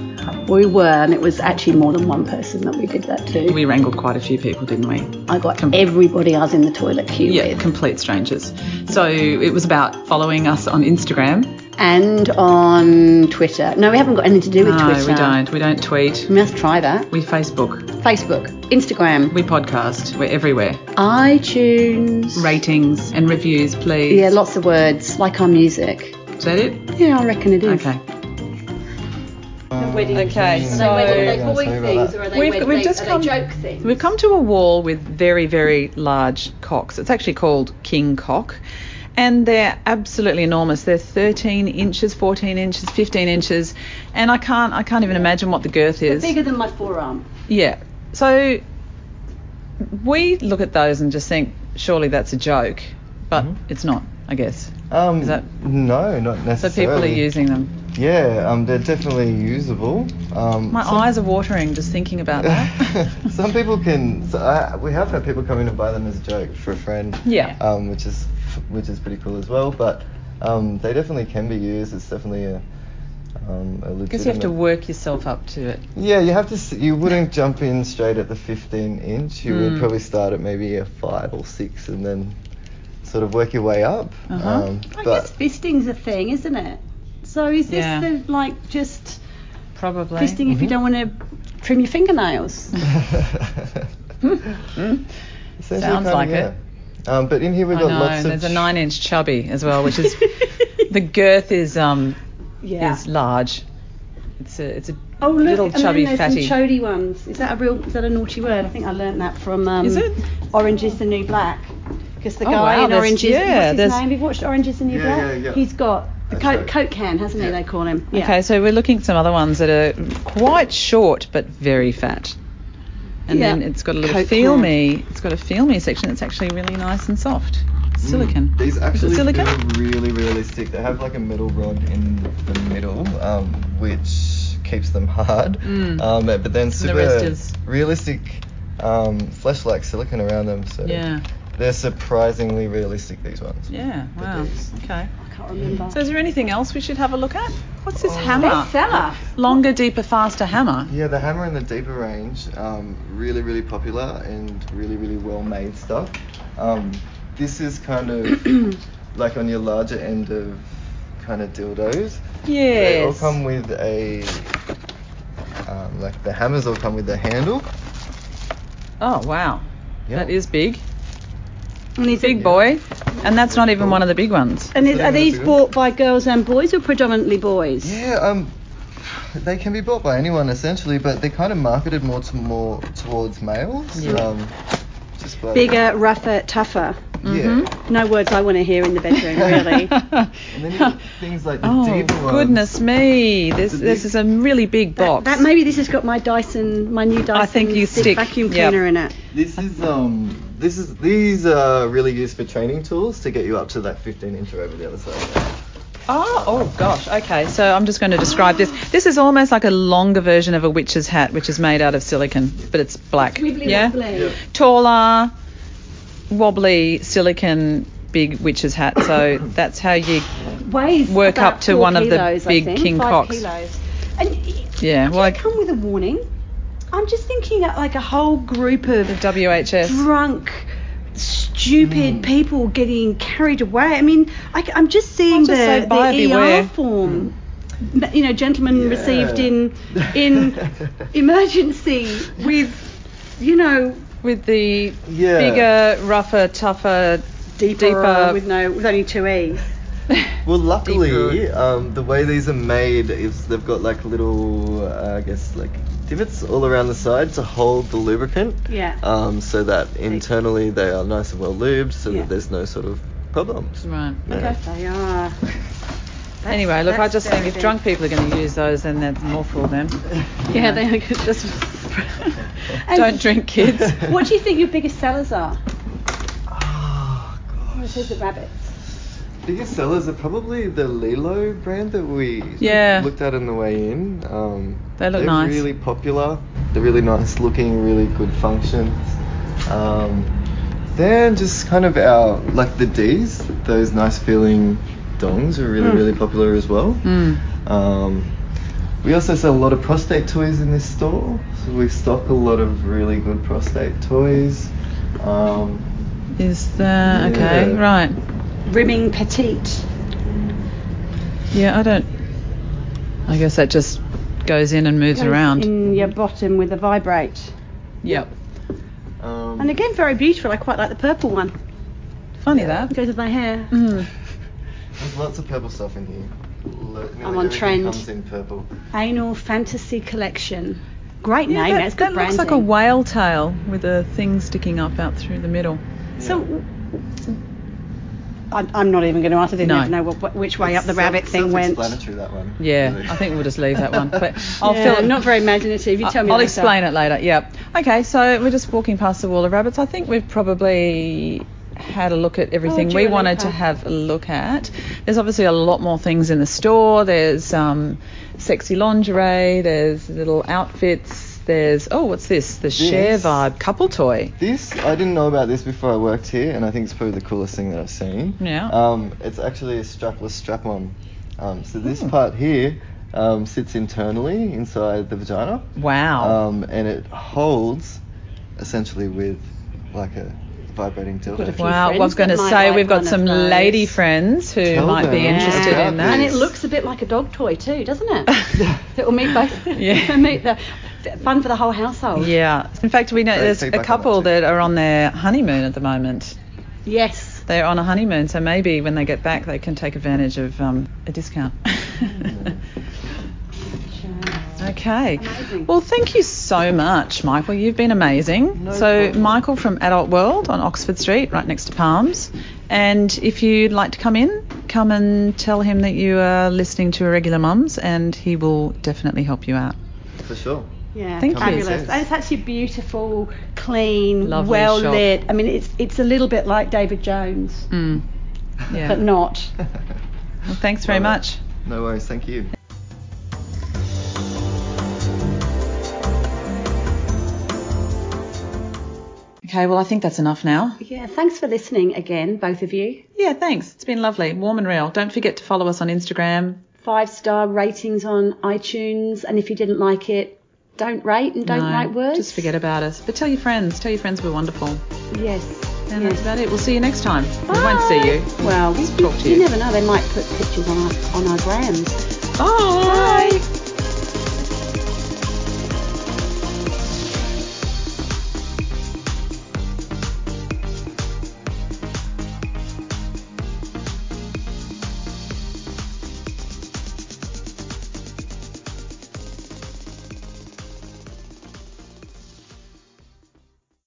[SPEAKER 2] We were, and it was actually more than one person that we did that to.
[SPEAKER 1] We wrangled quite a few people, didn't we?
[SPEAKER 2] I got everybody I was in the toilet queue
[SPEAKER 1] Yeah, complete strangers. So it was about following us on Instagram.
[SPEAKER 2] and on Twitter. No, we haven't got anything to do with
[SPEAKER 1] no,
[SPEAKER 2] Twitter.
[SPEAKER 1] we don't. We don't tweet.
[SPEAKER 2] We must try that.
[SPEAKER 1] We Facebook.
[SPEAKER 2] Facebook, Instagram,
[SPEAKER 1] We podcast. We're everywhere.
[SPEAKER 2] iTunes.
[SPEAKER 1] Ratings and reviews, please.
[SPEAKER 2] Yeah, lots of words like our music.
[SPEAKER 1] Is that it?
[SPEAKER 2] Yeah, I reckon it is.
[SPEAKER 1] Okay.
[SPEAKER 2] wedding
[SPEAKER 1] Okay,
[SPEAKER 3] Mm.
[SPEAKER 1] things. so- Are they
[SPEAKER 3] boy things
[SPEAKER 2] are
[SPEAKER 1] We've- wed- we've they- just are they come- joke
[SPEAKER 2] things?
[SPEAKER 1] We've come to a wall with very, very large cocks. It's actually called king cock. And they're absolutely enormous. They're 13 inches, 14 inches, 15 inches, and I can't, I can't even imagine what the girth is.
[SPEAKER 2] Bigger than my forearm.
[SPEAKER 1] Yeah. So we look at those and just think, surely that's a joke, but it's not, I guess.
[SPEAKER 3] Um,
[SPEAKER 1] Is that-
[SPEAKER 3] no, not
[SPEAKER 1] So people
[SPEAKER 3] necessarily.
[SPEAKER 1] are using them.
[SPEAKER 3] Yeah, um, they're definitely usable. Um,
[SPEAKER 1] My eyes are watering just thinking about that.
[SPEAKER 3] [laughs] some people can. So I, we have had people come in and buy them as a joke for a friend.
[SPEAKER 1] Yeah.
[SPEAKER 3] Um, which is which is pretty cool as well. But um, they definitely can be used. It's definitely a um, a legitimate.
[SPEAKER 1] I guess you have to work yourself up to it.
[SPEAKER 3] Yeah, you have to. s- You wouldn't jump in straight at the 15 inch. You
[SPEAKER 1] Hmm.
[SPEAKER 3] would probably start at maybe a five or six, and then sort of work your way up.
[SPEAKER 1] Uh-huh.
[SPEAKER 3] Um,
[SPEAKER 2] I
[SPEAKER 3] but
[SPEAKER 2] guess fisting's a thing, isn't it? So is this
[SPEAKER 1] Yeah. mm-hmm.
[SPEAKER 2] the like just
[SPEAKER 1] Probably.
[SPEAKER 2] fisting if you don't want to trim
[SPEAKER 1] [laughs]
[SPEAKER 2] your fingernails?
[SPEAKER 3] [laughs] essentially
[SPEAKER 1] Hmm, Sounds
[SPEAKER 3] kinda,
[SPEAKER 1] like
[SPEAKER 3] yeah.
[SPEAKER 1] it.
[SPEAKER 3] Um, but in here we've
[SPEAKER 1] I
[SPEAKER 3] got
[SPEAKER 1] know,
[SPEAKER 3] lots
[SPEAKER 1] and
[SPEAKER 3] of.
[SPEAKER 1] there's a nine-inch chubby as well, which
[SPEAKER 2] [laughs]
[SPEAKER 1] is the girth is um
[SPEAKER 2] yeah.
[SPEAKER 1] is large. It's a it's a
[SPEAKER 2] Oh look,
[SPEAKER 1] little
[SPEAKER 2] and
[SPEAKER 1] chubby
[SPEAKER 2] then there's
[SPEAKER 1] fatty.
[SPEAKER 2] some chody ones. Is that a real? Is that a naughty word? I think I learnt that from. Um,
[SPEAKER 1] Is it?
[SPEAKER 2] Orange is the New Black. Because the
[SPEAKER 1] Oh,
[SPEAKER 2] guy
[SPEAKER 1] wow,
[SPEAKER 2] in
[SPEAKER 1] there's-
[SPEAKER 2] Orange is
[SPEAKER 1] yeah,
[SPEAKER 2] what's his
[SPEAKER 1] there's-
[SPEAKER 2] name? You've watched Orange is the New
[SPEAKER 3] Yeah,
[SPEAKER 2] Black.
[SPEAKER 3] yeah, yeah.
[SPEAKER 2] He's got the
[SPEAKER 3] That's
[SPEAKER 2] coke,
[SPEAKER 3] right.
[SPEAKER 2] coke can, hasn't he?
[SPEAKER 3] Yeah.
[SPEAKER 2] They call him. Yeah.
[SPEAKER 1] Okay, so we're looking at some other ones that are quite short but very fat. And
[SPEAKER 2] Yeah.
[SPEAKER 1] then it's got a little
[SPEAKER 2] Coke
[SPEAKER 1] feel
[SPEAKER 2] can.
[SPEAKER 1] me. It's got a feel me section that's actually really nice and soft. Silicon.
[SPEAKER 3] Mm, Hmm, These actually
[SPEAKER 1] Silicon?
[SPEAKER 3] feel really realistic. They have like a metal rod in the middle, um, which keeps them hard. Um, but then
[SPEAKER 1] Hmm. the
[SPEAKER 3] super
[SPEAKER 1] rest is-
[SPEAKER 3] realistic um, flesh-like silicon around them. So
[SPEAKER 1] Yeah.
[SPEAKER 3] they're surprisingly realistic. These ones.
[SPEAKER 1] Yeah.
[SPEAKER 3] The
[SPEAKER 1] Wow.
[SPEAKER 3] days.
[SPEAKER 1] Okay.
[SPEAKER 2] I can't remember.
[SPEAKER 1] So is there anything else we should have a look at? What's
[SPEAKER 2] Oh,
[SPEAKER 1] this hammer?
[SPEAKER 2] Bestseller.
[SPEAKER 1] Longer, deeper, faster hammer.
[SPEAKER 3] Yeah, the hammer and the deeper range, um, really, really popular and really, really well made stuff. Um, this is kind of
[SPEAKER 1] [coughs]
[SPEAKER 3] like on your larger end of kind of dildos. They all
[SPEAKER 1] Yes.
[SPEAKER 3] come with a um, like the hammers all come with a handle.
[SPEAKER 1] Oh wow.
[SPEAKER 3] Yeah.
[SPEAKER 1] That is big.
[SPEAKER 2] And he's
[SPEAKER 1] Big boy. And that's not even one of the big ones.
[SPEAKER 2] And is,
[SPEAKER 3] Yeah,
[SPEAKER 2] are these
[SPEAKER 3] that's good.
[SPEAKER 2] bought by girls and boys or predominantly boys?
[SPEAKER 3] Yeah, um, they can be bought by anyone essentially, but they're kind of marketed more to more towards males.
[SPEAKER 1] Yeah.
[SPEAKER 3] Um, just by,
[SPEAKER 2] Bigger, rougher, tougher.
[SPEAKER 3] Yeah.
[SPEAKER 1] mm-hmm.
[SPEAKER 2] No words I want to hear in the
[SPEAKER 1] [laughs]
[SPEAKER 2] bedroom, really.
[SPEAKER 3] And then you get things like the
[SPEAKER 1] oh,
[SPEAKER 3] deeper ones.
[SPEAKER 1] goodness me. This
[SPEAKER 3] The
[SPEAKER 1] this
[SPEAKER 3] big-
[SPEAKER 1] is a really big box.
[SPEAKER 2] That, that- maybe this has got my Dyson, my new Dyson
[SPEAKER 1] I think you stick,
[SPEAKER 2] vacuum
[SPEAKER 1] yep.
[SPEAKER 2] cleaner in it.
[SPEAKER 3] This is um, this is these are really used for training tools to get you up to that 15 inch or over the other side.
[SPEAKER 1] Oh, oh gosh. Okay, so I'm just going to describe this. This is almost like a longer version of a witch's hat, which is made out of silicon, but it's black.
[SPEAKER 2] Wibbly
[SPEAKER 1] yeah.
[SPEAKER 2] wobbly.
[SPEAKER 3] Yeah.
[SPEAKER 1] Taller, wobbly silicon, big witch's hat.
[SPEAKER 3] [coughs]
[SPEAKER 1] So that's how you.
[SPEAKER 2] Weighs
[SPEAKER 1] Work
[SPEAKER 2] about
[SPEAKER 1] up to
[SPEAKER 2] four
[SPEAKER 1] one of the
[SPEAKER 2] kilos, I
[SPEAKER 1] big
[SPEAKER 2] think,
[SPEAKER 1] king
[SPEAKER 2] five
[SPEAKER 1] cocks.
[SPEAKER 2] Kilos. And
[SPEAKER 1] Yeah. Well,
[SPEAKER 2] Do they
[SPEAKER 1] like
[SPEAKER 2] come with a warning? I'm just thinking that like a whole group of
[SPEAKER 1] the WHS.
[SPEAKER 2] drunk, stupid
[SPEAKER 3] Mm.
[SPEAKER 2] people getting carried away. I mean, I, am just seeing
[SPEAKER 1] I'll just say
[SPEAKER 2] the,
[SPEAKER 1] buyer
[SPEAKER 2] the
[SPEAKER 1] beware.
[SPEAKER 2] ER form.
[SPEAKER 1] Mm.
[SPEAKER 2] m- You know, gentlemen
[SPEAKER 3] Yeah.
[SPEAKER 1] [laughs]
[SPEAKER 2] received in in emergency with, you know,
[SPEAKER 1] With the
[SPEAKER 3] [laughs] Yeah.
[SPEAKER 1] bigger, rougher, tougher.
[SPEAKER 2] deeper,
[SPEAKER 1] Deeper.
[SPEAKER 2] with no with only two e's.
[SPEAKER 3] Well, luckily,
[SPEAKER 1] Deeper.
[SPEAKER 3] um, the way these are made is they've got like little, uh, I guess, like divots all around the side to hold the lubricant.
[SPEAKER 2] Yeah.
[SPEAKER 1] Oh,
[SPEAKER 3] Um, so that internally they are nice and well lubed, so
[SPEAKER 2] Yeah.
[SPEAKER 3] that there's no sort of problems.
[SPEAKER 1] Right.
[SPEAKER 3] Yeah.
[SPEAKER 2] They are. That's-
[SPEAKER 1] Anyway, look, I
[SPEAKER 2] that's
[SPEAKER 1] just think
[SPEAKER 2] very
[SPEAKER 1] if
[SPEAKER 2] big.
[SPEAKER 1] drunk people are going to use those, then that's more for them.
[SPEAKER 2] Yeah, they are good.
[SPEAKER 1] Just [laughs]
[SPEAKER 2] [laughs] And-
[SPEAKER 1] don't drink, kids.
[SPEAKER 2] What do you think your biggest
[SPEAKER 1] [laughs]
[SPEAKER 2] sellers are?
[SPEAKER 3] Oh,
[SPEAKER 2] Oh, it
[SPEAKER 3] gosh.
[SPEAKER 2] says the rabbits.
[SPEAKER 3] Biggest sellers are probably the Lilo brand that we
[SPEAKER 1] Yeah.
[SPEAKER 3] looked at on the way in. Um,
[SPEAKER 1] They look
[SPEAKER 3] they're
[SPEAKER 1] nice.
[SPEAKER 3] really popular. They're really nice looking, really good functions. Um, then just kind of our like the D's, those nice feeling dongs are
[SPEAKER 1] Hmm.
[SPEAKER 3] really really popular as well.
[SPEAKER 1] Mm.
[SPEAKER 3] Um, we also sell a lot of prostate toys in this store, so we stock a lot of really good prostate toys. Um,
[SPEAKER 1] Is that
[SPEAKER 3] Yeah.
[SPEAKER 1] okay? Right.
[SPEAKER 2] Rimming petite.
[SPEAKER 1] Yeah, I don't. I guess that just goes in and moves
[SPEAKER 2] Goes
[SPEAKER 1] around.
[SPEAKER 2] In your bottom with a vibrate.
[SPEAKER 1] Yep.
[SPEAKER 3] um,
[SPEAKER 2] And again, very beautiful. I quite like the purple one.
[SPEAKER 1] Funny that.
[SPEAKER 2] Goes with my hair.
[SPEAKER 1] Mm.
[SPEAKER 3] There's lots of purple stuff in here. Look, nearly
[SPEAKER 2] on
[SPEAKER 3] everything
[SPEAKER 2] trend.
[SPEAKER 3] Comes in purple.
[SPEAKER 2] Anal Fantasy Collection. Great
[SPEAKER 1] Yeah,
[SPEAKER 2] name.
[SPEAKER 1] that,
[SPEAKER 2] That's good
[SPEAKER 1] that looks
[SPEAKER 2] branding.
[SPEAKER 1] like a whale tail with a thing sticking up out through the middle.
[SPEAKER 2] So. I'm, I'm not even going to answer this.
[SPEAKER 1] No.
[SPEAKER 2] I never know what, which way up the
[SPEAKER 3] Self-
[SPEAKER 2] rabbit thing went.
[SPEAKER 3] Self-explanatory that one.
[SPEAKER 1] Yeah,
[SPEAKER 3] really.
[SPEAKER 1] I think we'll just leave that
[SPEAKER 3] [laughs]
[SPEAKER 1] one. But I'll
[SPEAKER 2] yeah,
[SPEAKER 1] fill it.
[SPEAKER 2] not very imaginative. You
[SPEAKER 1] I-
[SPEAKER 2] tell me.
[SPEAKER 1] Uh, I'll
[SPEAKER 2] later.
[SPEAKER 1] explain it later. Yeah. Okay, so we're just walking past the wall of rabbits. I think we've probably had a look at everything
[SPEAKER 2] Dua
[SPEAKER 1] we wanted to
[SPEAKER 2] Lipa.
[SPEAKER 1] have a look at. There's obviously a lot more things in the store. There's um, sexy lingerie. There's little outfits. There's oh, what's this? The share
[SPEAKER 3] This-
[SPEAKER 1] vibe couple toy.
[SPEAKER 3] This I didn't know about this before I worked here, and I think it's probably the coolest thing that I've seen.
[SPEAKER 1] Yeah.
[SPEAKER 3] Um, it's actually a strapless strap-on. Um, so
[SPEAKER 1] Hmm.
[SPEAKER 3] this part here um, sits internally inside the vagina,
[SPEAKER 2] Uh,
[SPEAKER 1] Wow.
[SPEAKER 3] um, and it holds essentially with like a vibrating
[SPEAKER 2] got a
[SPEAKER 3] dildo.
[SPEAKER 2] few
[SPEAKER 1] wow. I
[SPEAKER 2] friends
[SPEAKER 1] was going to
[SPEAKER 2] that might
[SPEAKER 1] say
[SPEAKER 2] like
[SPEAKER 1] we've got
[SPEAKER 2] one of
[SPEAKER 1] some
[SPEAKER 2] those.
[SPEAKER 1] lady friends who
[SPEAKER 3] Tell
[SPEAKER 1] might be
[SPEAKER 3] them
[SPEAKER 1] interested
[SPEAKER 3] about
[SPEAKER 1] in that.
[SPEAKER 2] And it
[SPEAKER 3] this.
[SPEAKER 2] looks a bit like a dog toy too, doesn't
[SPEAKER 1] [laughs]
[SPEAKER 2] it? it will meet both.
[SPEAKER 1] Yeah.
[SPEAKER 2] [laughs] meet the fun for the whole household.
[SPEAKER 1] [laughs] Yeah. In fact, we know
[SPEAKER 3] Great
[SPEAKER 1] there's a
[SPEAKER 3] feedback on
[SPEAKER 1] couple
[SPEAKER 3] that too.
[SPEAKER 1] that are on their honeymoon at the moment.
[SPEAKER 2] Yes.
[SPEAKER 1] they're on a honeymoon, so maybe when they get back, they can take advantage of um, a discount. [laughs] okay.
[SPEAKER 2] Amazing.
[SPEAKER 1] Well, thank you so much, Michael. You've been amazing.
[SPEAKER 3] No
[SPEAKER 1] so,
[SPEAKER 3] problem.
[SPEAKER 1] Michael from Adult World on Oxford Street, right next to Palms. And if you'd like to come in, come and tell him that you are listening to Irregular Mums, and he will definitely help you out.
[SPEAKER 3] [laughs] For sure. [laughs]
[SPEAKER 2] Yeah,
[SPEAKER 1] Thank you.
[SPEAKER 2] fabulous.
[SPEAKER 3] Yes.
[SPEAKER 2] And it's actually beautiful, clean,
[SPEAKER 1] Lovely
[SPEAKER 2] well
[SPEAKER 1] shop.
[SPEAKER 2] lit. I mean, it's it's a little bit like David Jones,
[SPEAKER 1] Mm. Yeah. [laughs]
[SPEAKER 2] but not.
[SPEAKER 1] Well, thanks very
[SPEAKER 3] Love it.
[SPEAKER 1] much.
[SPEAKER 3] No worries. Thank you.
[SPEAKER 1] Okay, well, I think that's enough now.
[SPEAKER 2] Yeah, thanks for listening again, both of you.
[SPEAKER 1] Yeah, thanks. It's been lovely, warm and real. Don't forget to follow us on Instagram,
[SPEAKER 2] Five star ratings on iTunes, and if you didn't like it, don't rate and don't
[SPEAKER 1] No,
[SPEAKER 2] write words.
[SPEAKER 1] Just forget about us. But tell your friends. Tell your friends we're wonderful.
[SPEAKER 2] Yes.
[SPEAKER 1] And
[SPEAKER 2] yes.
[SPEAKER 1] that's about it. We'll see you next time. We won't see you.
[SPEAKER 2] Well, we,
[SPEAKER 1] Just talk to
[SPEAKER 2] you
[SPEAKER 1] you.
[SPEAKER 2] never know. They might put pictures on our on our grams.
[SPEAKER 1] Bye.